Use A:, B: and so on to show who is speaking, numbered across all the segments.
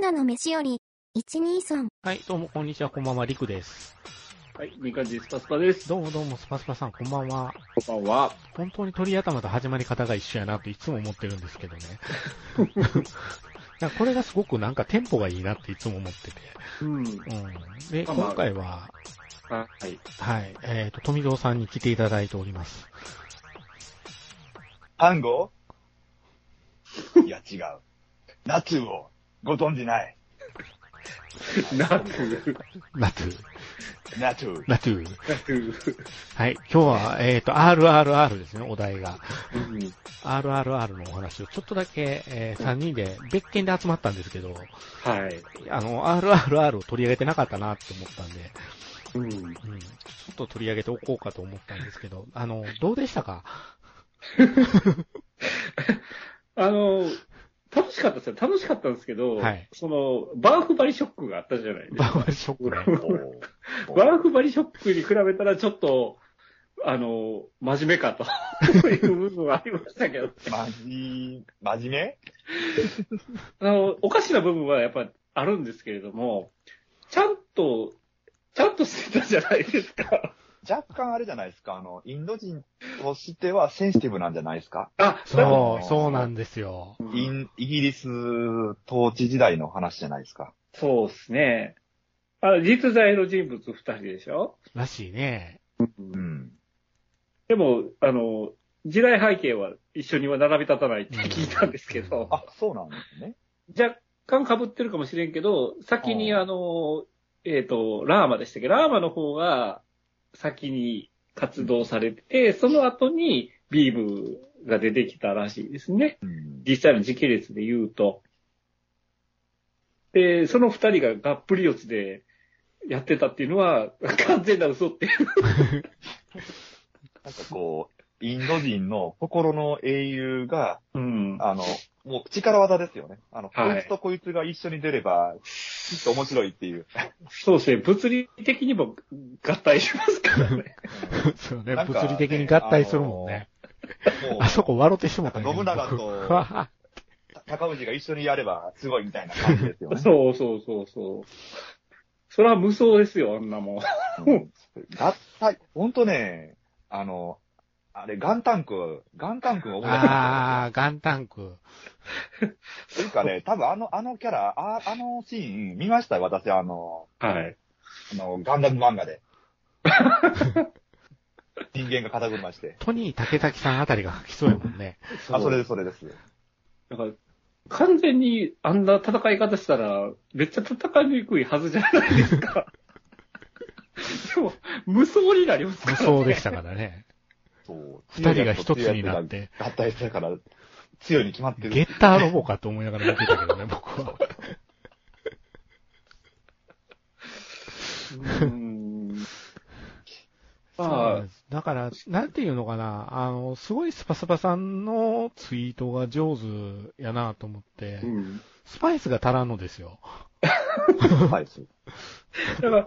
A: ナの飯より、123。
B: はい、どうも、こんにちは、こんばんは、りくです。
C: はい、みかんじスパスパです。
B: どうもどうも、スパスパさん、こんばんは。
C: こんばんは。
B: 本当に鳥頭と始まり方が一緒やなといつも思ってるんですけ どね。なんかこれがすごくなんかテンポがいいなっていつも思ってて。
C: うん。
B: うん。で、
C: まあまあ
B: 今回は、
C: はい。
B: はい、えっ、と、富蔵さんに来ていただいております。
D: 単語いや、違う。ナツをご存じない。
C: ナツ、
B: ナトゥ、
D: ナ ツー。
B: ナトゥ。
C: ナツ。
B: はい、今日は、えっ、と、RRR ですね、お題が。
C: うん。
B: RRR のお話をちょっとだけ、え3人で別件で集まったんですけど、
C: はい。
B: あの、RRR を取り上げてなかったなって思ったんで、
C: うん。
B: うん、ちょっと取り上げておこうかと思ったんですけ ど、あの、どうでしたか
C: あの、楽しかったですよ。楽しかったんですけど、
B: はい
C: その、バーフバリショックがあったじゃないです
B: バ
C: か。
B: ーバーショックね。
D: お
C: バーフバリショックに比べたらちょっと、あの、真面目かという部分はありましたけど、
D: まじ、真面目
C: あの、おかしな部分はやっぱあるんですけれども、ちゃんと、ちゃんとしてたじゃないですか。
D: 若干あれじゃないですか。あの、インド人としてはセンシティブなんじゃないですか。
C: あ、
B: そう、そうなんですよ。
D: インイギリス統治時代の話じゃないですか。
C: そうですね。あ実在の人物二人でしょ
B: らしいね。
D: うん。
C: でも、あの、時代背景は一緒には並び立たないって聞いたんですけど、
B: うん
D: あ、そうなんですね。
C: 若干被ってるかもしれんけど、先に
D: あ
C: あの、えっ、と、ラーマでしたっけラーマの方が先に活動されて、その後にビームが出てきたらしいですね。
D: うん。
C: 実際の時系列で言うと。で、その二人ががっぷり四つでやってたっていうのは、 完全な嘘っていう。
D: なんかこう、インド人の心の英雄が、
C: うん。
D: あの、もう力技ですよね。あの、
C: はい
D: こいつとこいつが一緒に出れば、きっと面白いっていう。
C: そうですね。物理的にも合体しますからね。
B: そうね、
D: なんか
B: 物理的に合体するもんね。
D: もう
B: あそこ笑ってしもたね。
D: 信長と
B: 僕わは
D: 高氏が一緒にやればすごいみたいな感じです よね。
C: そうそうそうそう。それは無双ですよ、あんなもん。
D: うん合体、ほんとね、あの、あれ、ガンタンク、ガンタンクが思い出したん
B: あー、ガンタンク。
D: ですよ。というかね、多分あの、あのキャラ、ああのシーン見ましたよ、私、あの、
C: はい。
D: あのガンダム漫画 で。人間が肩車して。
B: トニー竹崎さんあたりが書きそうやもんね。
D: あ、それです、それです。
C: だから、完全にあんな戦い方したら、めっちゃ戦いにくいはずじゃないですか。でも、無双になりますか
B: 無
C: ら、ね。
B: 双でしたから ね。
D: そう。
B: 二人が一つになって。
D: 合体したから、強いに決まって
B: ゲ
D: る。
B: ッターロボかと思いながら見てたけどね、僕は。
C: うーん。
B: そうな
C: ま
B: ん
C: あ、
B: ですだから、なんていうのかな、あの、すごいスパスパさんのツイートが上手やなと思って、
C: うん。
B: スパイスが足らんのですよ。
D: はい、そう
C: だから、や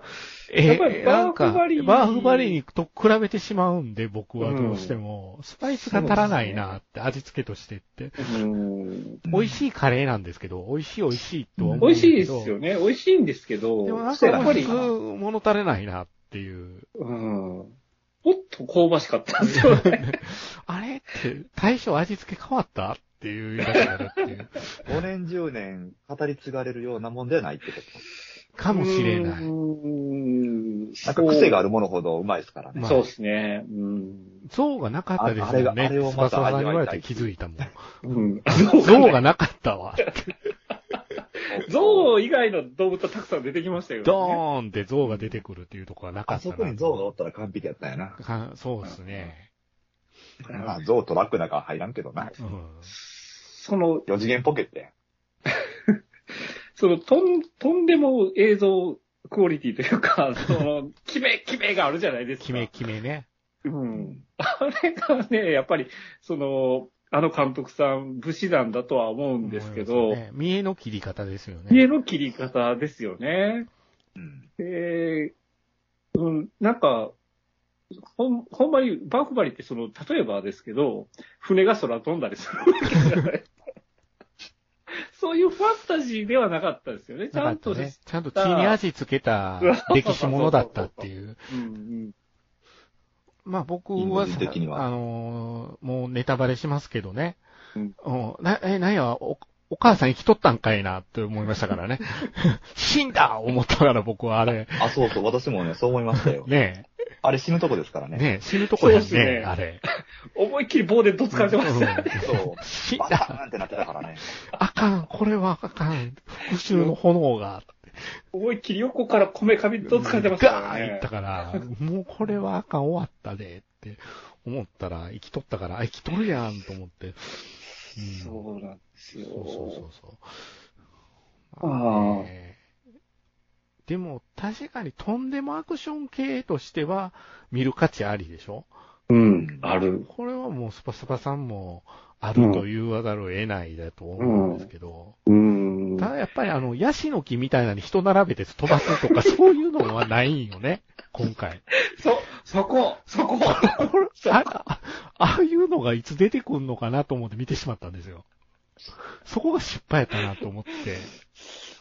B: え
C: っぱり、
B: なん
C: バー
B: か、
C: フバリー
B: バーフバリーにと比べてしまうんで、僕はどうしても、スパイスが足らないなって、味付けとしてって。
C: うん。
B: 美味しいカレーなんですけど、美味しい美味しいとは思うん
C: 美味
B: だけ
C: し
B: ど
C: いですよね。美味しいんですけど、
B: でもなんか
C: やっぱり、
B: やっぱり物足りないなっていう。
C: うん。もっと香ばしかったんですよね。
B: あれって、大将味付け変わったっていう言い方になるっていう。
D: 5年、10年語り継がれるようなもんではないってこと。
B: かもしれな
C: う
B: い。
C: ーん。
D: なんか癖があるものほどうまいで すからね。
B: まあ
C: そうですね。うん。
B: 像がなかったですよ
D: ああれ
B: ね。
D: があれを
B: スパ
D: ま
B: サさ
D: た
B: んに
D: 味
B: 言わ
D: わ
B: れ
D: いた
B: て
D: い
B: 気づい たもん。
C: うん。
B: 像がなかったわ。
C: 象以外の動物はたくさん出てきましたよね。
B: ドーンって像が出てくるっていうところはなか
D: あ
B: った
D: そ
B: な。
D: こに象がおったら完璧やったんやな。
B: かそうですね。
D: まあ、象とラックなんか入らんけどな。
B: うん。
C: その、
D: 四次元ポケットや。
C: その、とん、とんでも映像クオリティというか、その、キメ、キメがあるじゃないですか。
B: 決め決めね。
C: うん。あれがね、やっぱり、その、あの監督さん、武士団だとは思うんですけ
B: 思い
C: ど
B: ます、ね見栄の切り方ですよね。
C: 家の切り方ですよね。
D: うん。
C: えー、うん、なんか、ほん、ほんまに、バーフバリってその、 例えばですけど、船が空飛んだりするわけじゃない。そういうファンタジーではなかったですよね。ちゃんと
B: ね
C: ね。。
B: ちゃんと血に足つけ た歴史ものだったっていう。
C: うん
B: まあ僕はさ
D: イメージ的には
B: あのーもうネタバレしますけどね。
C: うん
B: うんな、え、なんや、お、お母さん生きとったんかいなって思いましたから ね。死んだ思ったから僕はあれ、
D: あ、そうそう、私もね、そう思いましたよ。
B: ね
D: あれ死ぬとこですから
B: え、
D: ね。
B: ねえ、死ぬとこです
C: そうです
B: ね、
C: ね
B: あれ。
C: うん。思いっきり棒でどつかれてましたね。
D: そう。
B: 死ん
D: バター
B: だ
D: ンってなってたからね。
B: あかんこれはあかん復讐の炎が、
C: 思いっきり横からこめかみどつかれてましたから
B: ガーンい
C: ね
B: った。から、もうこれはあかん終わったでって思ったら、生きとったから、あ、生きとるやんと思って。うん
C: そうなんですよ。
B: そうそうそうそう。
C: あー
B: まねでも、確かにとんでもアクション系としては、見る価値ありでしょ
C: うん、ある。
B: これはもうスパスパさんも、あると言わざるを得ないだと思うんですけど、
C: うん。
B: ただやっぱりあの、ヤシの木みたいなのに人並べて飛ばすとか、そういうのはないんよね、今回。
C: そ、そこ、そこ。
B: これああああいうのがいつ出てくんのかなと思って見てしまったんですよ。そこが失敗やったなと思って。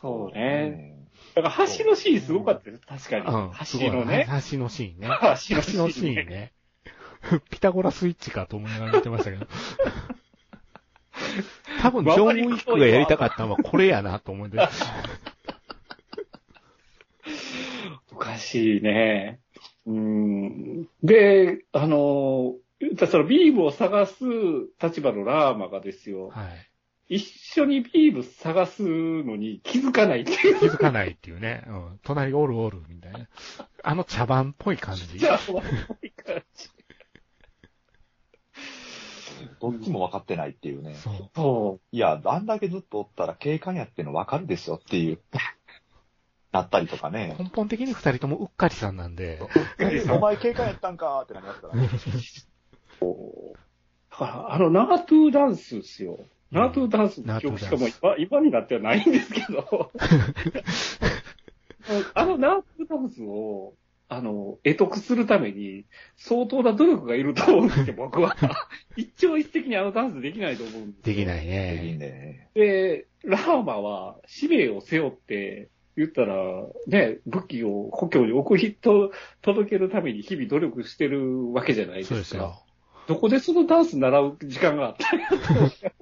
C: そうね。だから橋のシーンすごかったです。確かに。
B: すごい
C: 橋のね。。
B: 橋のシーンね。
C: 橋
B: 橋のシーン。ね。ピタゴラスイッチかと思いながら見てましたけ ど。多分、ジョン・ウィックがやりたかったのはこれやなと思って。
C: おかしいね。うん。で、あの、言ったらそのビームを探す立場のラーマがですよ。
B: はい。
C: 一緒にビーム探すのに気づかないって いう。
B: 気づかないっていうね。うん。隣おるおるみたいな。あの茶番っぽい感 じ。
C: じゃあ、そういう感じ
D: どっちも分かってないっていうね。
B: そう。
C: そ
D: いや、あんだけずっとおったら警官やっての分かるでしょっていう、 なったりとかね。
B: 根本的に二人ともうっかりさんなんで。
D: お前警官やったんかーってなりますからね。
C: う。だから、あの、ナートゥーダンスですよ。ナートゥーダンスの記憶しかもう今今になってはないんですけ ど。あのナートゥーダンスを、あの、得得するために、相当な努力がいると思うんですよ、僕は。 一朝一夕にあのダンスできないと思うんです
B: で
C: よ
B: きない
D: いい
B: ね。
D: ね。
C: で、ラーマは使命を背負って、言ったら、ね、武器を故郷に送りと届けるために日々努力してるわけじゃないです
B: そ
C: か。
B: うですよ。
C: どこでそのダンス習う時間があった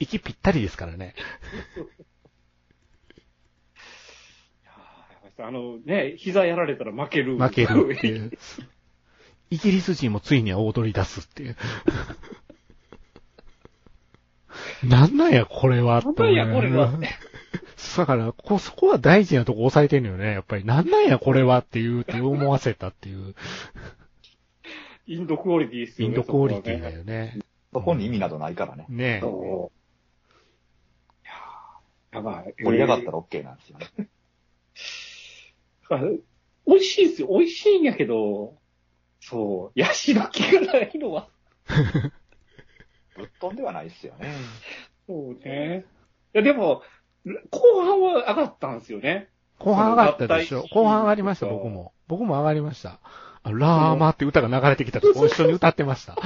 B: 息ぴったりですからね。
C: あのね、膝やられたら負ける。
B: 負けるっていう。 イギリス人もついには踊り出すって いう。なんなんや、これは。
C: なんなんや
B: と思いながら
C: これ。
B: だから、こ、そこは大事なとこ押さえてんのよね。やっぱり、なんなんや、これはっていう、って思わせたって いう、
C: インドクオリティです
B: イ
C: よ
B: ン
C: ね。
B: ドクオリティだ
C: よ。
B: よね。
D: そこに意味などないからね。
B: ねえ。
C: そういやーやばい。
D: 盛り上がったら OK なんですよね。
C: あ美味しいですよ。美味しいんやけど、そう、ヤシの木がないのは、
D: ぶっ飛んではないですよね。
C: そうね。いや、でも、後半は上がったんですよね。
B: 後半上がったでしょ
C: 脱退
B: 後半上がりました、
C: そう
B: 僕も。僕も上がりました。あラーマって歌が流れてきたとこ一緒に歌ってました。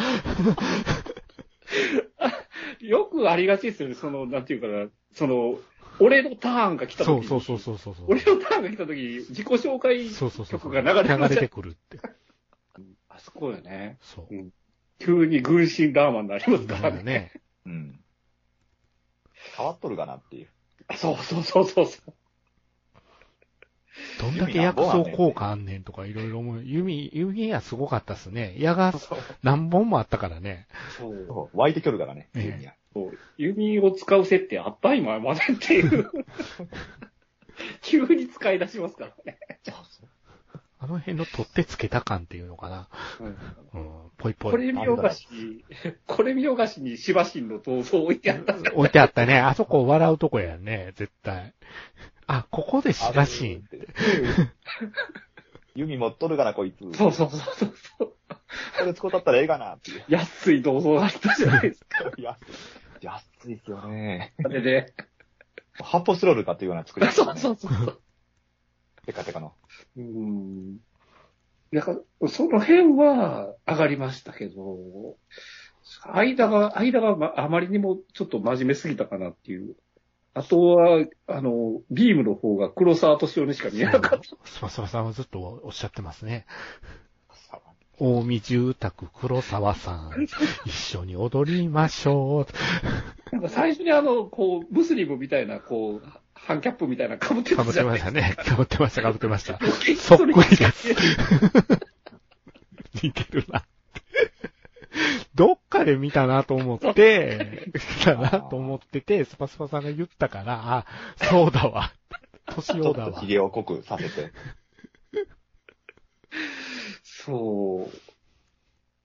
C: よくありがちですよね。その、なんていうかな、その、俺のターンが来た
B: そ
C: 時
B: う
C: に
B: そうそうそうそうそう。
C: 俺のターンが来た時に自己紹介
B: そうそうそう。
C: 曲が流れてま
B: 流
C: した
B: れてくるって。
C: あそこよね。
B: そう。
C: 急に軍神ラーマンになりますからね。
B: ね。
D: うん。変わっとるかなっていう。
C: そうそうそうそうそう。
B: どんだけ薬草効果あんねんとかいろいろ思う。弓、弓矢すごかったっすね。矢が何本もあったからね。
C: そう。
D: そう湧いてくるからね。
B: ええ
D: 急には
C: 弓を使う設定あった今までっていう。急に使い出しますからね。
B: あの辺の取ってつけた感っていうのかな。うん、ぽいぽい。
C: これ見よがしに、これ見よがしにしばしんの闘争を置いてあった。
B: 置いてあったね。あそこ笑うとこやね、絶対。あ、ここでしばしん。
D: 弓持っとるからこいつ。
C: そうそうそうそうそう。
D: これ使うたったらええかなっていう。
C: 安い闘争があったじゃないですか。
D: 安い。安いですよね。
C: あれで。
D: 発泡スチロールかっていうような作り、ね。
C: そうそうそうそう。
D: テカテカの。
C: うん。だから、その辺は上がりましたけど、間が、間がまあまりにもちょっと真面目すぎたかなっていう。あとは、あの、ビームの方が黒沢敏夫にしか見えなかっ
B: そう、そばさんはずっとおっしゃってますね。
D: さあ
B: 大見住宅黒沢さ ん、一緒に踊りましょ
C: た。 なんか最初にあの、こう、ムスリムみたいな、こう、ハンキャップみたいなの被って
B: う。
C: た
B: かぶっ
C: じゃ
B: て
C: ん。
B: ましたね。かぶってました、かぶってました。
C: て
B: そっくりです。似てるな。どっかで見たなと思って、見たなと思ってて、スパスパさんが言ったから、あ、そうだわ。年
D: ちょ
B: を
D: っ
B: だ
D: と
B: わ。
D: 髭を濃くさせて。
C: そう。本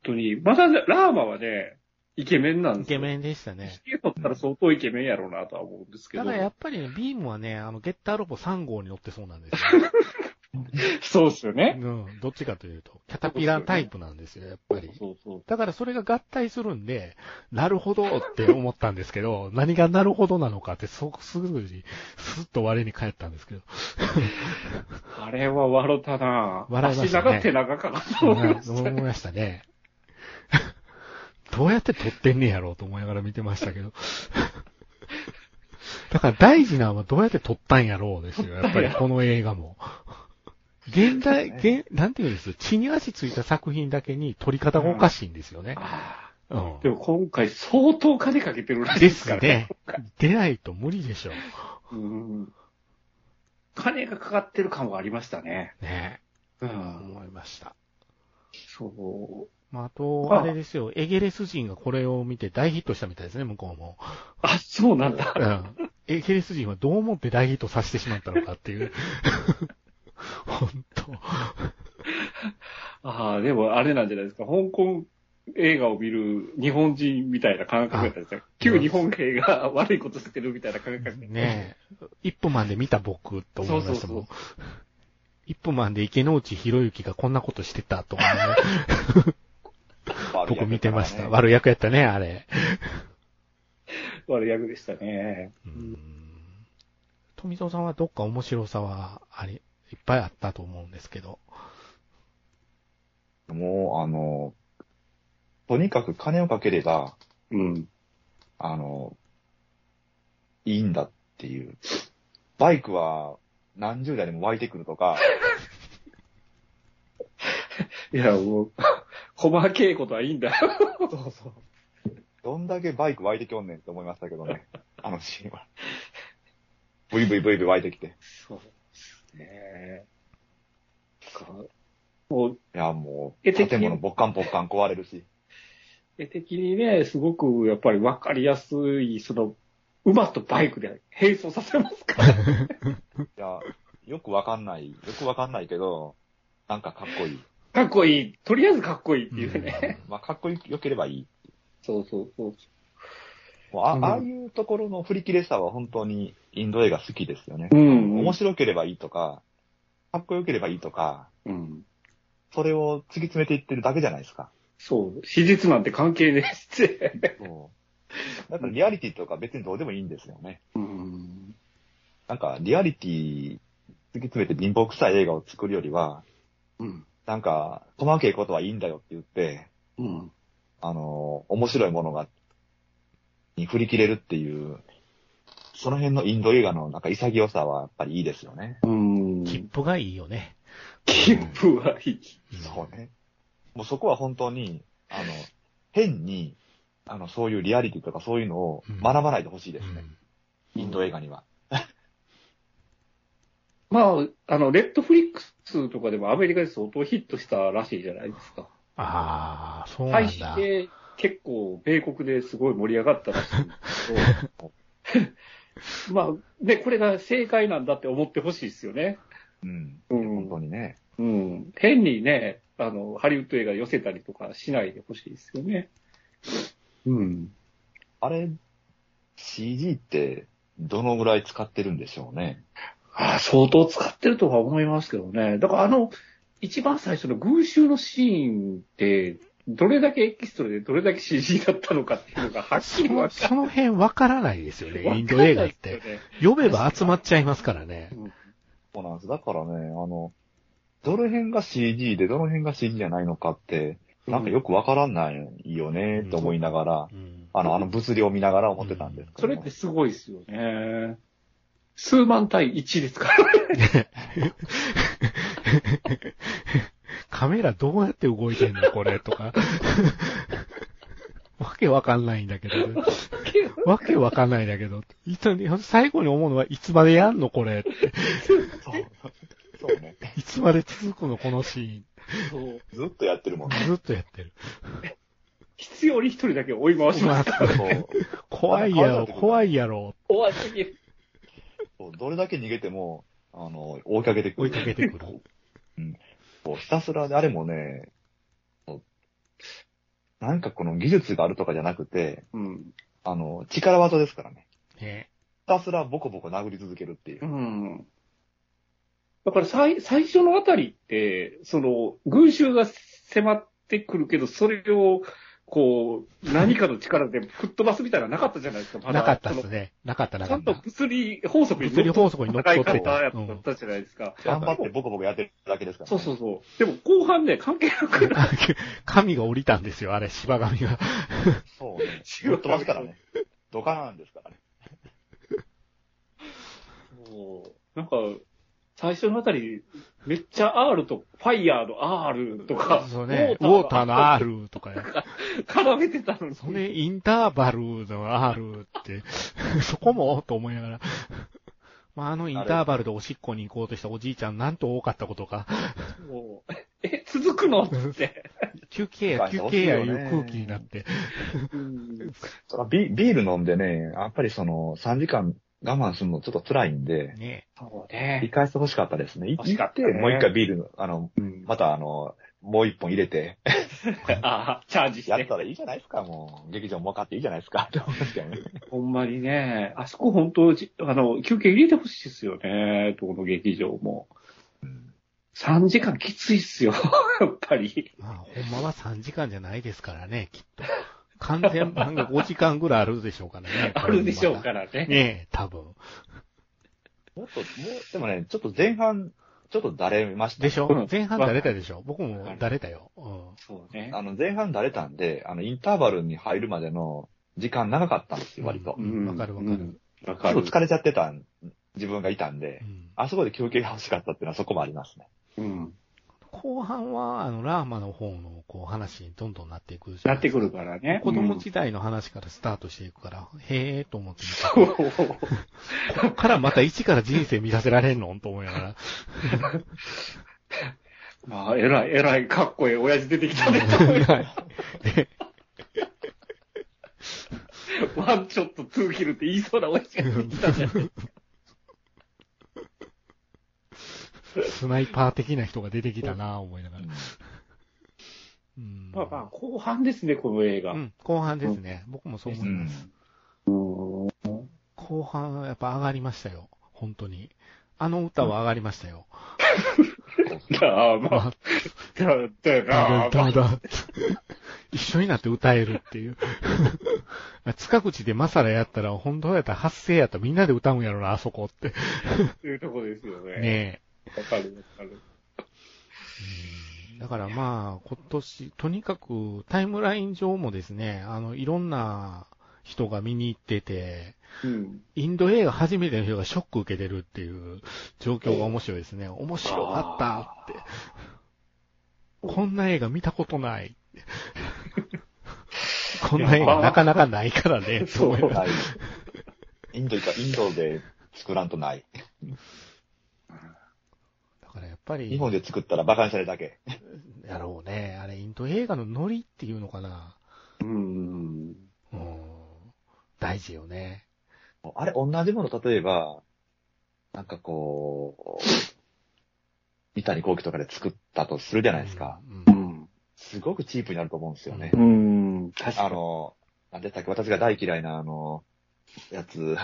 C: 当に。まだね、ラーマはね、イケメンなんで
B: イ
C: すよ
B: ケメンでしたね。
C: 髭取ったら相当イケメンやろうなとは思うんですけ
B: た
C: ど。
B: だやっぱりね、ビームはね、あの、ゲッターロボ3号に乗ってそうなんですよ。
C: そうですよ
B: う
C: ね。
B: ん。どっちかというと、キャタピラタイプなんですよ、やっぱり。
C: そうそう。
B: だからそれが合体するんで、なるほどって思ったんですけど、 何がなるほどなのかって、そ、すぐに、すっと我に返ったんですけど。
C: あれは笑ったなぁ。
B: 笑いましたね
C: 足長手長かなと思いました
B: 思いましたね。 どうやって撮ってんねやろうと思いながら見てましたけど。 だから大事なのはどうやって撮ったんやろうですよ。やっぱりこの映画も。現代、現、なんていうんです血に足ついた作品だけに撮り方がおかしいんですよね。
C: あ
B: うん
C: ー。でも今回相当金かけてるらしい
B: で
C: です
B: す
C: から
B: ね。 出ないと無理でしょう。
C: うん。金がかかってる感はありましたね。
B: ね
C: う
B: え、
C: ん。
B: いました。
C: そう。
B: まあ、あと、
C: あ
B: あれですよ、エゲレス人がこれを見て大ヒットしたみたいですね、向こうも。
C: あ、そうなんだ。
B: うん。エゲレス人はどう思って大ヒットさせてしまったのかっていう。 本当。
C: ああ、でもあれなんじゃないですか。香港映画を見る日本人みたいな感覚だったんですよ。旧日本兵が悪いことしてるみたいな感覚。
B: ねえ、一歩マンで見た僕と思いましたもん
C: そう。
B: 一歩マンで池之内博之がこんなことしてたと思うね、僕見てました。
D: 悪
B: 悪役やったね、あれ。
C: 悪役でしたね。
B: うん富蔵さんはどっか面白さはあり、いっぱいあったと思うんですけど。
D: いからねもう、あの、とにかく金をかければ、
C: うん。
D: あの、いいんだっていう。バイクは何十台でも湧いてくると か、
C: いや、もう、細けいことはいいんだよ。
D: そうそう。どんだけバイク湧いてきょんねんって思いましたけどね。あのシーンは。ブイブイブイブイ湧いてきて。
C: そうですね。なんかもう、
D: いや、も
C: 絵
D: う、
C: 的に
D: 建物ぼっかんぼっかん壊れるし。
C: 絵的にね、すごくやっぱり分かりやすい、その、馬とバイクで並走させますから。
D: いや、よくわかんない。よくわかんないけど、なんかかっこいい。
C: かっこいい。とりあえずかっこいいっていうね。
D: まあ、かっこよければいい。
C: そうそうそう。
D: もうあ
C: うん
D: ああいうところの振り切れさは本当にインド映画好きですよね。
C: うん
D: 面白ければいいとか、かっこよければいいとか、
C: うん。
D: それを突き詰めていってるだけじゃないで すか。
C: そう。史実なんて関係ねえして。
D: そう。だからリアリティとか別にどうでもいいんですよね。
C: うん。
D: なんかリアリティ突き詰めて貧乏臭い映画を作るよりは、
C: うん。
D: なんか細けいことはいいんだよって言って、
C: うん。
D: あの、面白いものが、に振り切れるっていう、その辺のインド映画のなんか潔さはやっぱりいいですよね。
C: うん。
B: 切符がいいよね。
C: 切符はいい。
D: そうね。もうそこは本当に、あの、変に、あの、そういうリアリティとかそういうのを
B: うん
D: 学ばないでほしいです
B: う
D: ね。
B: ん
C: うん
D: インド映画には。
C: まあ、あの、レッドフリックスとかでもアメリカで相当ヒットしたらしいじゃないですか。
B: ああ、そうな
C: 配
B: ん
C: 信
B: だ。
C: で結構、米国ですごい盛り上がったらしいんですけ ど、まあ、ね、これが正解なんだって思ってほしいですよね。
D: うん。
C: う
D: 本
C: ん
D: 当。にね。
C: うん。変にね、あの、ハリウッド映画寄せたりとかしないでほしいですよね。うん。
D: あれ、CG ってどのぐらい使ってるんでしょうね。
C: ああ、相当使ってるとは思いますけどね。だからあの、一番最初の群衆のシーンって、どれだけエキストラでどれだけ CG だったのかっていうのがはっき
B: そ
C: りわ
B: の
C: か
B: その辺わからないですよ
C: る。
B: ね、インド映画って。読めば集まっちゃいますからね。
D: そうなんです。だからね、あの、どの辺が CG でどの辺が CG じゃないのかって、なんかよくわからないよね、と思いながら、
B: うん
D: あの、あの物量見ながら思ってたんですけど
C: それってすごいですよね。数万対1ですから。
B: カメラどうやって動いてんのこれとか。 わけわかんないんだけど、ね。わけわかんないんだけど。いつ最後に思うのは、いつまでやんのこれ。
D: そう。そうね。
B: いつまで続くのこのシ
C: そう
D: ずっとやってるもんね。
B: ー ン。ずっとやってる。
C: 必要に一人だけ追い回します。
D: そう
B: 怖いやろ、怖いやろ、
C: 怖すぎる。
D: そうどれだけ逃げても、あの、追いかけてく
B: 追
D: る
B: い。かけてくる。
D: こうひたすらで、あれもね、こうなんかこの技術があるとかじゃなくて、
C: うん。
D: あの、力技ですからね。
B: ね、
D: ひたすらボコボコ殴り続けるっていうう。
C: ん。だから最、最初のあたりって、その、群衆が迫ってくるけど、それを、こう、何かの力で吹っ飛ばすみたいなのなかったじゃないですか、まだ
B: なかったっ
C: そ
B: す
C: の
B: ね。なかったな
C: ち
B: か
C: ゃ
B: っ
C: んと
B: た。
C: 物理法則に
B: 物理法則に乗っ取っ
C: 戦
B: て
C: い方
B: た。
C: や
B: う
C: っ
B: ん。
C: たじゃないですか。
D: 頑張ってボコボコやってるだけですから、
C: そ
D: ね。
C: うそうそう。でも後半ね、関係なく、
B: 神が降りたんですよ、あれ、芝神が。
D: そうね。ぶっ飛ばすからね。ドカーンですからね。
C: そうなんか、最初のあたり、めっちゃ R と、ファイヤーの R とか、
B: そうね。ウ
C: ウォ
B: ォ
C: ー
B: ー
C: タ
B: タ
C: ー
B: ー
C: の
B: の R とかね。
C: 絡めてたのに。
B: それ、インターバルの R って、 そこもと思いながら。 まあ、あのインターバルでおしっこに行こうとしたおじいちゃん、なんと多かったことか。
C: もうえ、続くのって。
B: 休憩や、休憩や、いう空気になって。
D: そらビビール飲んでね、やっぱりその3時間我慢するのちょっと辛いんで、
B: ね
C: そう
D: 理
C: ね。
D: 解して欲しかったですね。い
C: 欲しかったね
D: 行てもう一回ビール、あの、
C: うん
D: またあの、もう一本入れて、
C: ああ、チャージし
D: やった
C: て。
D: らいいじゃないですか、もう。劇場儲かっていいじゃないですか、 って思いますけどね。
C: ほんまにね、あそこ本当、じあの、休憩入れてほしいですよね、どこの劇場も。3時間きついっすよ、 やっぱり。
B: まあ、ほんまは3時間じゃないですからね、きっと。完全版が5時間ぐらいあるでしょうからね。。
C: あるでしょうかららね。
B: ねえ、多分。
D: もっと、もう、でもね、ちょっと前半、ちょっとだれました。
B: でし
C: う
B: ょ
C: ん
B: 前半だれたでしょ僕もだれたよ。うん。
C: そうね。
D: あの、前半だれたんで、あの、インターバルに入るまでの時間長かったんですよ、割と
B: う。んわかるわかる
C: うん。わ
D: ちょ
C: か
D: っ
C: る
D: と。疲れちゃってたん自分がいたんで
B: う、ん
D: あそこで休憩が欲しかったっていうのはそこもありますね。
C: うん。
B: 後半は、あの、ラーマの方の、こう、話にどんどんなっていくじゃな
C: な
B: い
C: っ
B: で
C: て
B: すか
C: くるからね。
B: 子
C: う
B: 供
C: ん
B: 時代の話からスタートしていくから、へえーと思って見た、
C: そう。
B: ここからまた一から人生見させられんのと思いながら。
C: まあ、えらい、えらい、かっこええ親父出てきたね。と思いながらワンちょっとツーキルって言いそうな親父が出てきたね。
B: スナイパー的な人が出てきたなぁ思いながら。うん
C: まあまあ、後半ですね、この映画。
B: う
C: うん。
B: ん、後半ですね。僕もそう思
D: う
B: いま
D: ん
B: す。。後半はやっぱ上がりましたよ。本当に。あの歌は上がりましたよ。
C: だあ、まあ、だ、だ、
B: だだ
C: だ、だ、
B: だ。一緒になって歌えるっていう。 塚口でマサラやったら、本当やったら発声やったらみんなで歌うんやろな、あそこって。
C: というとこですよね。
B: ね
C: わかる、わかる。
B: え。だからまあ、今年、とにかくタイムライン上もですね、あの、いろんな人が見に行ってて、
C: うん。
B: インド映画初めての人がショック受けてるっていう状況が面白いですね。面白かったって。こんな映画見たこと ない。こんな映画なかなかないから ね。
C: そう
B: 思います
D: ない。インド行か、インドで作らんとない。
B: だからやっぱ
D: 日
B: り、
D: 本で作ったら馬鹿にされるだけ。
B: やろうね。あれ、インド映画のノリっていうのかな。
C: うん。
B: うん。大事よね。
D: あれ、同じもの、例えば、なんかこう、三谷幸喜とかで作ったとするじゃないですか。
B: うん。う
C: うんん。
D: すごくチープになると思うんですよね
B: う。
C: うん。確か
D: あ
C: に。
D: の、なんでしたっけ、私が大嫌いな、あの、やつ、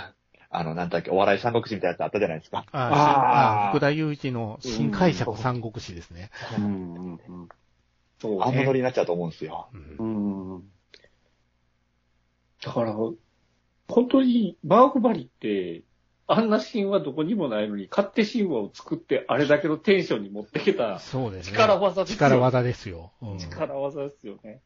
D: あの、なんだっけ、お笑い三国志みたいなやつあったじゃないですか。
B: あ
C: あ
B: ああ
C: ー
B: 福田雄一の新解釈三国志ですね。
C: うんうんうん。そうね。
D: あんなノリになっちゃうと思うんですよ。
B: うん
C: うん。だから、本当に、バーフバリって、あんな神話どこにもないのに、勝手神話を作って、あれだけのテンションに持ってけた
B: そうですね。
C: 力技ですよ。
B: 力技ですよ。うん
C: 力技ですよね。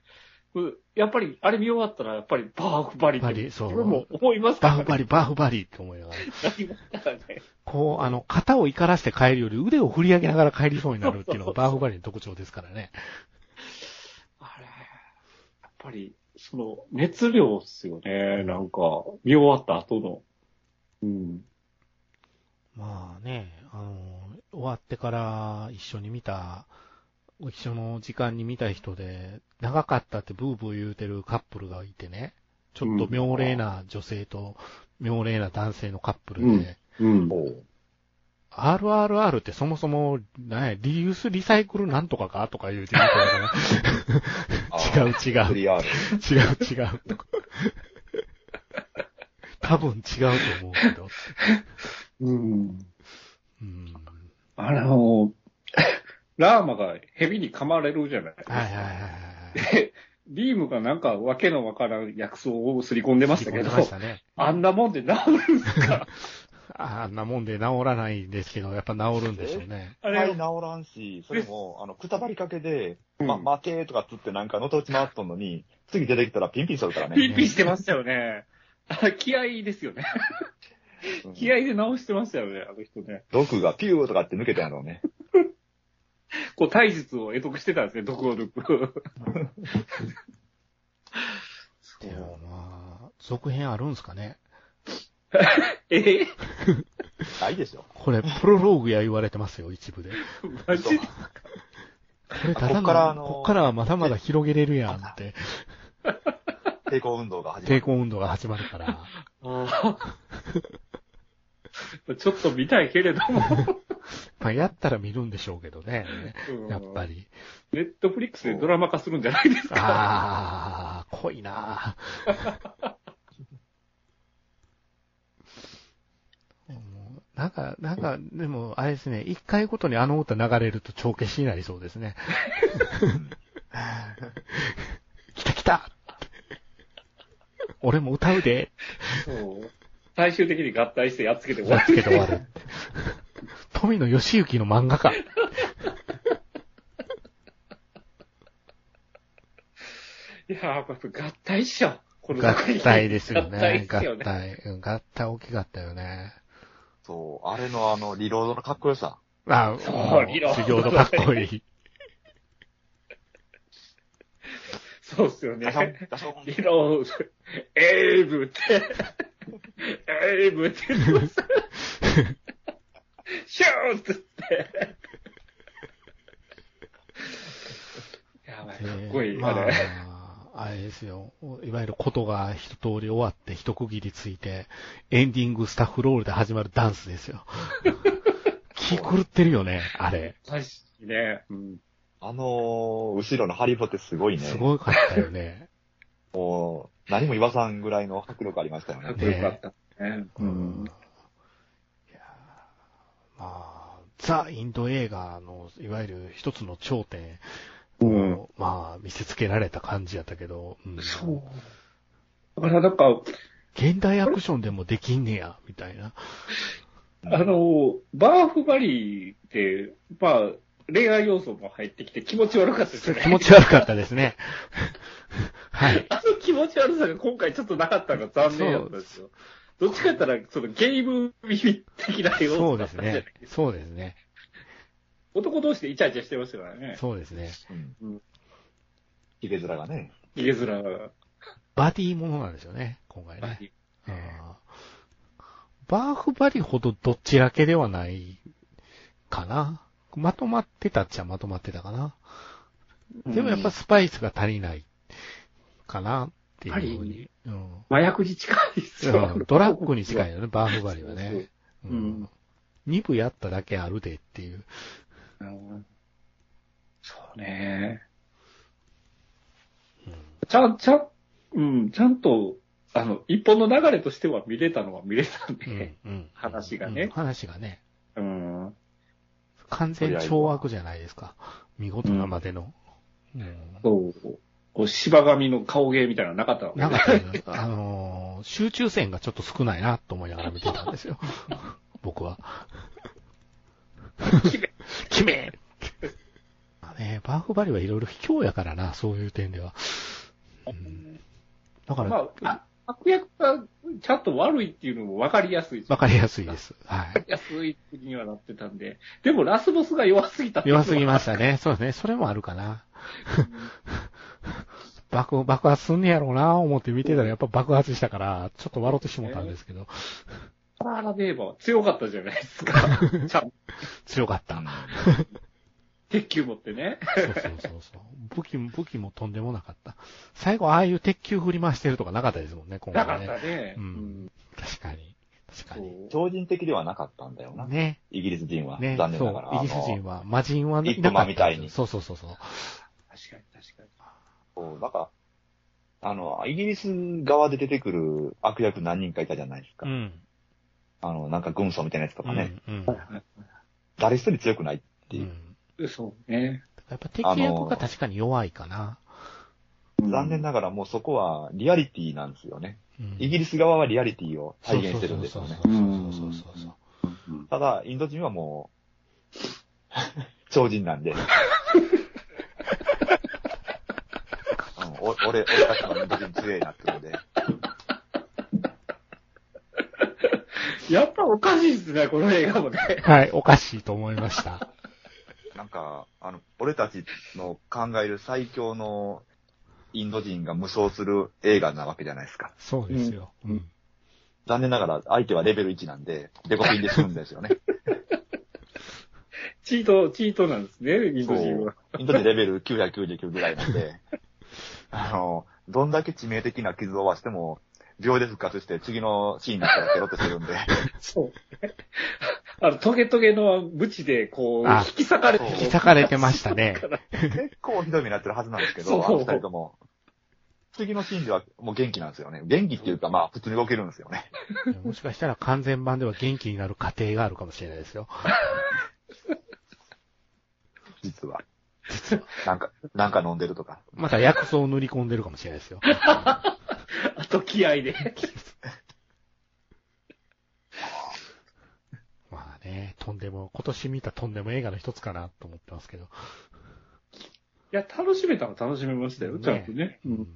C: うやっぱり、あれ見終わったら、やっぱりバーフバリっ
B: バ
C: て、
B: リそう
C: 僕も思いますか
B: バ
C: ら
B: フ
C: ね。
B: バリ、バフバリって思いながら。
C: なりますからね。
B: こう、あの、肩を怒らせて帰るより腕を振り上げながら帰りそうになるっていうのがバーフバリの特徴ですからね。
C: あれ、やっぱり、その、熱量っすよね。なんか、見終わった後の。うん。
B: まあね、あの、終わってから一緒に見た、一緒の時間に見た人で、長かったってブーブー言うてるカップルがいてね、ちょっと妙齢な女性と妙齢な男性のカップルで、
C: うんうん。
B: RRR ってそもそも、ね、リユースリサイクルなんとかかとか言うてるから、違う違う
D: ク。リアー
B: 違う違う。多分違うと思うけど。
C: うん。
B: うん。
C: あの、 ラーマが蛇に噛まれるじゃないですか。
B: はいはいはいはい。
C: ビームがなんかわけのわからん薬草をすり込んでましたけど
B: 聞こえ、ましたね。
C: あんなもんで治るんですか
B: あんなもんで治らないですけど、やっぱ治るんでしょうね。
C: あ
D: はい、
C: れ、
D: 治らんし、それも、あの、くたばりかけで、
C: うん
D: ま、負けとかっつってなんかのたうち回っとんのに、次出てきたらピンピンするからね。
C: ピンピンしてましたよね。あ気合いですよね。
D: うん
C: 気合で治してましたよね、あの人ね。
D: 毒がピューとかって抜けたんやろうね。
C: こう、体術を得得してたんですね、毒を抜く。
B: でもまあ、続編あるんですかね。
C: え
D: ないでしょ。
B: これ、プロローグや言われてますよ、一部で。こ
C: マジで
B: れ、ただ
D: こっからあの
B: の、こっからはまだまだ広げれるやんって、
D: 抵抗運動が始ま
B: 抵
D: る。
B: 抗運動が始まるから。
C: ちょっと見たいけれども。
B: まあ、やったら見るんでしょうけどね。やっぱ
C: り。
B: り。
C: ネットフリックスでドラマ化するんじゃないですか。
B: ああ、濃いなぁもうなんか、なんか、でも、あれですね、一回ごとにあの歌流れると帳消しになりそうですね。来た来た俺も歌うで
C: そう最終的に合体してやっつけて終
B: や
C: わ
B: っ
C: る。
B: つけて終わる。富野義行の漫画 か。
C: いやー、これ合体っしょ。この
B: 合
C: 作品
B: 体ですよ
C: 合体
B: ね
C: っ。
B: 合
C: すよね。
B: 体。うん合体大きかったよね。
D: そう、あれのあの、リロードのかっこよさ。
B: あ、
C: そう
B: もう
C: 理論
B: 修行のかっこいい。
C: そうっすよね
D: ガ。シャ ン、ガシャン。
C: リローズ、エイブって、エイブって言ってます、シューってって。やばい、かっこい
B: で
C: い、
B: ま
C: あれ。
B: あ、あれですよ。いわゆることが一通り終わって一区切りついて、エンディングスタッフロールで始まるダンスです よ。気狂ってるよね、あれ。
C: 確かにね。うん。
D: あのー、後ろのハリボテすごいね。
B: すごかったよね。
D: もう、何も言わさんぐらいの迫力ありましたよ
C: かっ
D: ね。
C: こよかったね。 う
B: うんい。やーまあ、ザ・インド映画の、いわゆる一つの頂点を、
C: うん
B: まあ、見せつけられた感じやったけど、うん
C: そう。だからなんか、
B: 現代アクションでもできんねや、みたいな。
C: あの、バーフバリーって、まあ、恋愛要素も入ってきて気持ち悪かったですよね。
B: 気持ち悪かったですね。はい。
C: あの気持ち悪さが今回ちょっとなかったのが残念だったんですよ。どっちかって言ったら、そのゲイムビビ的な
B: そ
C: 要素
B: うで
C: だっ
B: す
C: たじゃない
B: ね。そうですね。
C: 男同士でイチャイチャしてましたからね。
B: そうですね。
D: うん
C: うん
D: ヒゲ面がね。
C: ヒゲ面が。
B: バディものなんですよね、今回ね。
C: い
B: うんバーフバリほどどっちらけではないかな。まとまってたっちゃまとまってたかな。でもやっぱスパイスが足りないかなっていうふうに。うん
C: 麻薬に近いっすよ。
B: うんドラッグに近いよね、バーフバリは
C: そう
B: ね。
C: う
B: う
C: うん
B: ん二部やっただけあるでっていう。
C: うんそうね。ちゃん、ちゃん、うん、ちゃんと、あの、一本の流れとしては見れたのは見れたん
B: う
C: で
B: ん、うん
C: 話がね
B: うん話がね。
C: うん。
B: 完全懲悪じゃないですか。見事なまでの。うん
C: そう。こう、芝神の顔芸みたいなのなかったわけ
B: なんかね、あのー集中線がちょっと少ないなと思いながら見てたんですよ。僕は。決 めね、バーフバリはいろいろ卑怯やからな、そういう点では。だから、
C: まあ、あ悪役がちゃんと悪いっていうのも分かりやすい。
B: わかりやすいです。はい。
C: りやすいにはなってたんで。でもラスボスが弱すぎたっていう
B: 弱
C: のは
B: すぎました ね。そうですね。それもあるかな。 爆、爆発すんねやろうな、思って見てたらやっぱ爆発したから、ちょっと笑ってしもたんですけど、
C: パララデーバは強かったじゃないですか。 ちゃんと
B: 強かった。
C: 鉄球持ってね。
B: そうそうそうそう。武器も、武器もとんでもなかった。最後、ああいう鉄球振り回してるとかなかったですもんね、今
C: な
B: 回
C: か
B: はね。
C: ったね。
B: うん確かに。確か
C: そう
B: に。
D: 超人的ではなかったんだよな。
B: ね。
D: イギリス人は。
B: ね。
D: 残念
B: そ
D: ながら。
B: う。イギリス
D: あ
B: 人
D: の
B: は、魔人は
D: イップマンみたいに
B: そうそうそうそう。
C: 確かに確かに。
D: そう、だから、あの、イギリス側で出てくる悪役何人かいたじゃないですか。
B: うん。
D: あの、なんか軍曹みたいなやつと
B: う
D: かね。
B: ん。うん。
D: 誰一人強くない。ていう
B: うん
C: そうね。
B: やっぱ敵役が確かに弱いかな。
D: 残念ながらもうそこはリアリティなんですよね。
B: うん
D: イギリス側はリアリティを体現してるんですよね
B: そ。うそうそうそうそう。
C: うん
D: ただ、インド人はもう、超人なんで。うんお俺、俺たちのインド人強いなってるんで。
C: やっぱおかしいっすね、この映画もね。
B: はい、おかしいと思いました。
D: なんか、あの、俺たちの考える最強のインド人が無双する映画なわけじゃないですか。
B: そうですよ。うん。
D: 残念ながら相手はレベル1なんで、デコピンで済むんですよね。
C: チート、チートなんですね、インド人は。
D: インド人レベル999ぐらいな んで、あの、どんだけ致命的な傷を負わしても、秒で復活して次のシーンだったらケロッとする んで、
C: そう。あの、トゲトゲのブチで、こう、
B: あ
C: 引き裂かれて
B: 引き裂かれてました ね。
D: 結構ひどい目になってるはずなんですけ
C: そう
D: ど、あの二人とも。次のシーンではもう元気なんですよね。元気っていうかまあ普通に動けるんですよね。
B: もしかしたら完全版では元気になる過程があるかもしれないですよ。
D: 実は。なんか、なんか飲んでるとか。
B: また薬草を塗り込んでるかもしれないですよ。
C: あと気合で。
B: まあね、とんでも、今年見たとんでも映画の一つかなと思ってますけど。
C: いや、楽しめたの楽しめましたよ、
B: ね
C: ちゃんとね。う
B: うんん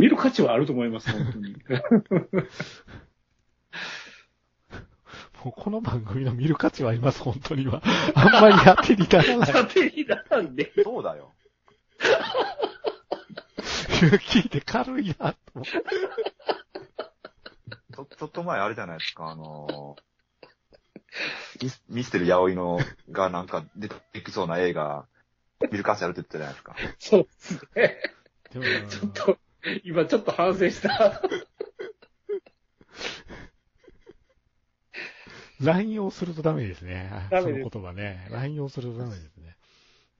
C: 見る価値はあると思います、本当 に。
B: もうこの番組の見る価値はあります、本当には。あんまり当てにならない。
C: 当てになんで。
D: そうだよ。
B: 聞いて軽いなと思 って。
D: ちょちょっと前あれじゃないですか、あのーミスミステル八百のがなんか出てきそうな映画、見る価値あるって言ってたじゃないですか。
C: そうですね。
B: でも
C: ちょっと、今ちょっと反省した。
B: 乱用するとダメですね。
C: ダメです
B: その言葉ね。乱用するとダメですね。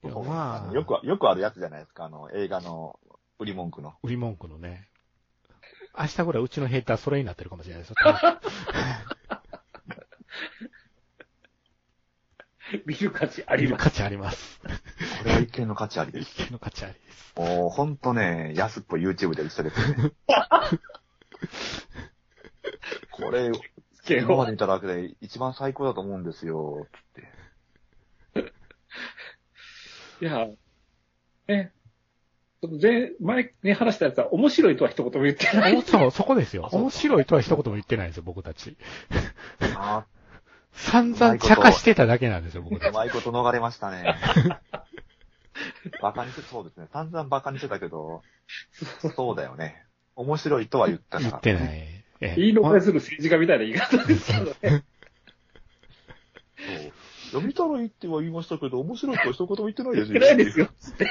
B: いやまあ、
D: よくあ、よくあるやつじゃないですか、あの、映画の売り文句の。
B: 売り文句のね。明日ぐらいうちのヘイターそれになってるかもしれない ですよ。
C: 見る価値あり
B: 見る
C: ます。
B: 価値あります。
D: これは一見の価値ありです。
B: 一見の価値ありです。
D: もう、ほんとね、安っぽい YouTube で売ってたやつね。これ、
C: け
D: 今ま
C: ど
D: で見ただけで一番最高だと思うんですよ、つっ
C: い
D: て。
C: や、ね。ちょっと前、前ね、話したやつは面白いとは一言も言ってない。
B: おそう、そこですよ
D: あ。そうか
B: 面白いとは一言も言ってないんですよ、僕たち。
D: あ
B: 散々茶化してただけなんですよ、僕
D: ー、
B: た
D: う
B: ち。
D: まいこと逃れましたね。バカにして、そうですね。散々バカにしてたけど、そうだよね。面白いとは言った
B: 言
D: か
B: って
D: ら。
B: ない。ええ
C: 言い残する政治家みたいな言い方ですけどね。
D: そう読みたらいいっては言いましたけど、面白いとは一言も言ってないです
C: 言ってないですよ。つって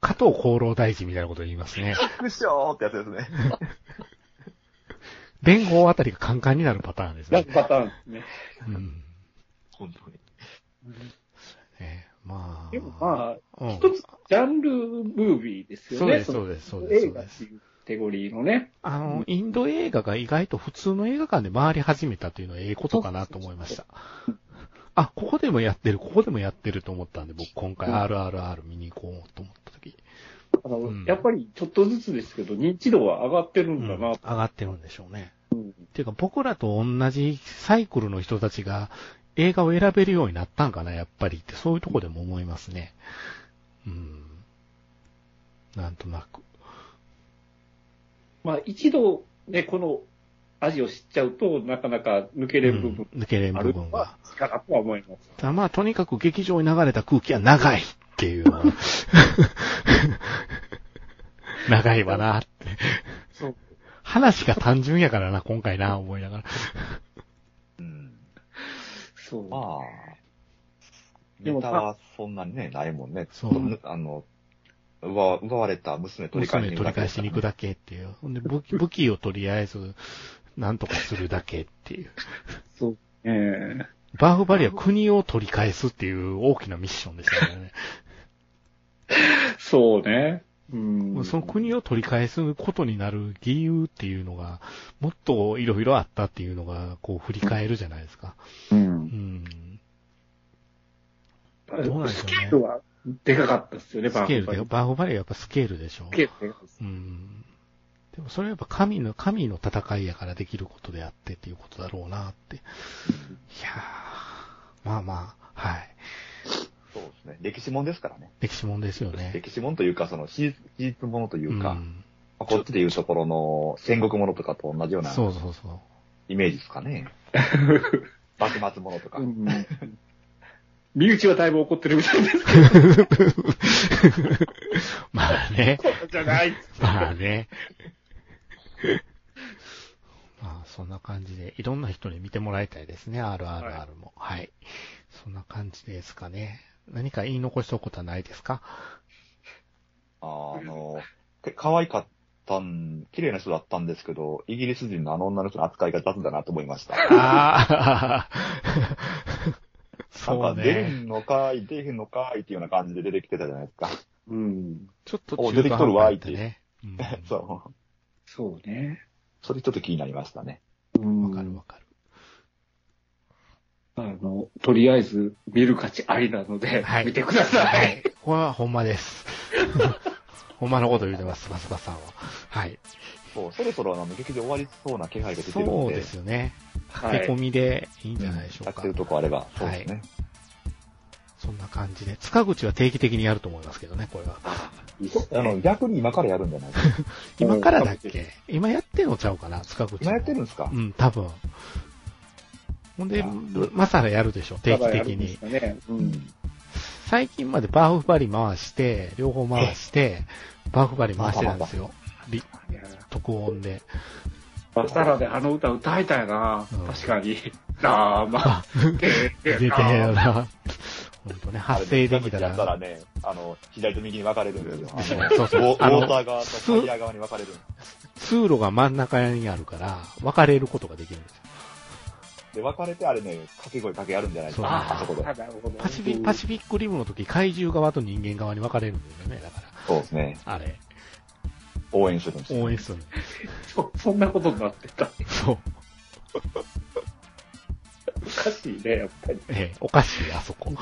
B: 加藤厚労大臣みたいなこと言いますね。
D: くっしょーってや つですね。
B: 弁護あたりがカンカンになるパターンです
C: なん
B: ね。
C: かパターンですね。
B: うん。
D: 本当に。
B: ええまあ。
C: でもま
B: うん
C: あ、一つ、ジャンルムービーです
B: そ
C: よ
B: うで
C: ね。
B: す、そう
C: う
B: です、そうです。
C: 映
B: そう
C: 画っ
B: で
C: て
B: す
C: いうカテゴリーのね。
B: あの、インド映画が意外と普通の映画館で回り始めたというのはええことかなと思いま した。あ、ここでもやってる、ここでもやってると思ったんで、僕今回
C: うん
B: RRR 見に行こうと思った時。
C: あの
B: うん
C: やっぱりちょっとずつですけど、認知度は上がってる
B: うんん
C: だ
B: 上
C: な。
B: がってるんでしょうね。
C: うん
B: っていうか僕らと同じサイクルの人たちが映画を選べるようになったんかな、やっぱりって、そういうとこでも思いますね。うん。なんとなく。
C: まあ一度ね、この味を知っちゃうと、なかなか抜けれる部分
B: うん抜けれん
C: あ
B: 部
C: る
B: 分
C: の
B: が
C: は。、かなとは思います。
B: ただまあ、とにかく劇場に流れた空気は長いっていうのは 長いわなって。
C: そう。
B: 話が単純やからな、今回な、思いながら。
D: うん。
C: そう。
D: まあ、
C: で
D: ネ
C: も
D: タはそんなにね、ないもんね。
B: そう
D: ちょっとむあの、奪わ奪われた娘取り返
B: 娘
D: しに
B: 取
D: 行くだ
B: り
D: け
B: 返しに行くだけっていう。ほんで、武器、武器をとりあえず、なんとかするだけっていう。
C: そう。ええ
B: バーフバリは国を取り返すっていう大きなミッションでしたからね。
C: そうね。うん。
B: その国を取り返すことになる理由っていうのが、もっといろいろあったっていうのが、こう振り返るじゃないですか。
D: うん
B: うん。
C: ど
B: うなんでしょ
C: ス
B: うね
C: ケールはでかかったですよね、
B: スケール
C: バ
B: で、
C: ンコ
B: バーフバリはやっぱスケールでしょ
C: ク。ス。ケールでかかったです
B: うん。でもそれはやっぱ神の、神の戦いやからできることであってっていうことだろうなって。いやー、まあまあ、はい。
D: そうですね。歴史もんですからね。
B: 歴史もんですよね。
D: 歴史もんというか、その史実ものというか、ま
B: ん、
D: あこっちでいうところの戦国ものとかと同じような
B: そうそうそう。
D: イメージですかね。幕末ものとか。
C: うん身内はだいぶ怒ってるみたいですけど、
B: まあね。
C: そうじゃない。
B: まあ ね。まあ、そんな感じで、いろんな人に見てもらいたいですね、RRR も。はい。そんな感じですかね。何か言い残したことはないですか
D: あの、け可愛かったん、綺麗な人だったんですけど、イギリス人のあの女の人の扱いが雑だなと思いました。
B: ああ
D: なん
B: そう
D: か、出る
B: ね。
D: んのかい、出へんのかいっていうような感じで出てきてたじゃないで すか。
C: うん。
B: ちょっと
D: お
B: 中途
D: 出てきと
B: 半
D: るわ
B: 端
D: ーい
B: っ
D: ったて
B: ね。うん、
D: そう。
C: そうね。
D: それちょっと気になりましたね。
C: うん
B: わかるわか
C: あの、とりあえず見る価値ありなので、
B: はい
C: 見てくだ
B: る。
C: さい。。
B: これはほんまです。 ほんまのこと言うてます、スバスバさんは。はい。
D: そう、そろそろあの劇場終わりそうな気配が出てるの
B: そう
D: で、
B: ですよね。
C: は
B: 駆け込
C: い。
B: みでいいんじゃないでしょ
D: や
B: う
D: っ
B: か。
D: てるとこあれば、そうですね。
B: そんな感じで。塚口は定期的にやると思いますけどね、これは。
D: あの、逆に今からやる んじゃないですか。
B: 今からだっけ今やってんのちゃうかな、塚口も。
D: 今やってるんですか
B: うん、多分。ほんで
D: あ、
B: まさらやるでしょ、定期的に。
C: ただやるんですかね。うん。
B: 最近までバーフバリ回して、両方回して、バーフバリ回してたんですよ。リ
C: いや
B: 特音で。
C: バサラであの歌歌いたいな
B: うん。
C: 確かに。 なあ、まあ、
B: 出てるよな。ほんとね、発生できた
D: あれねやったら
B: ら。
D: ね、あの、左と右に分かれるんですよ。あ の
B: そうそ
D: ウォ
B: うあ
D: ウ。ォーター
B: の、
D: 側とファイヤー側に分かれるんです
B: 通路が真ん中にあるから、分かれることができるんですよ。
D: で、分かれてあれね、掛け声かけあるんじゃないですか、
B: そう
D: あそこで。
C: なるほど
B: パシフィパシフィックリムの時、怪獣側と人間側に分かれるんだよね、だから。
D: そうですね。
B: あれ、
D: 応援するんですよ。
B: 応援す るの。
C: そそんなことになってた。
B: そう。
C: おかしいね、やっぱり。
B: ええ、おかしい、あそこ。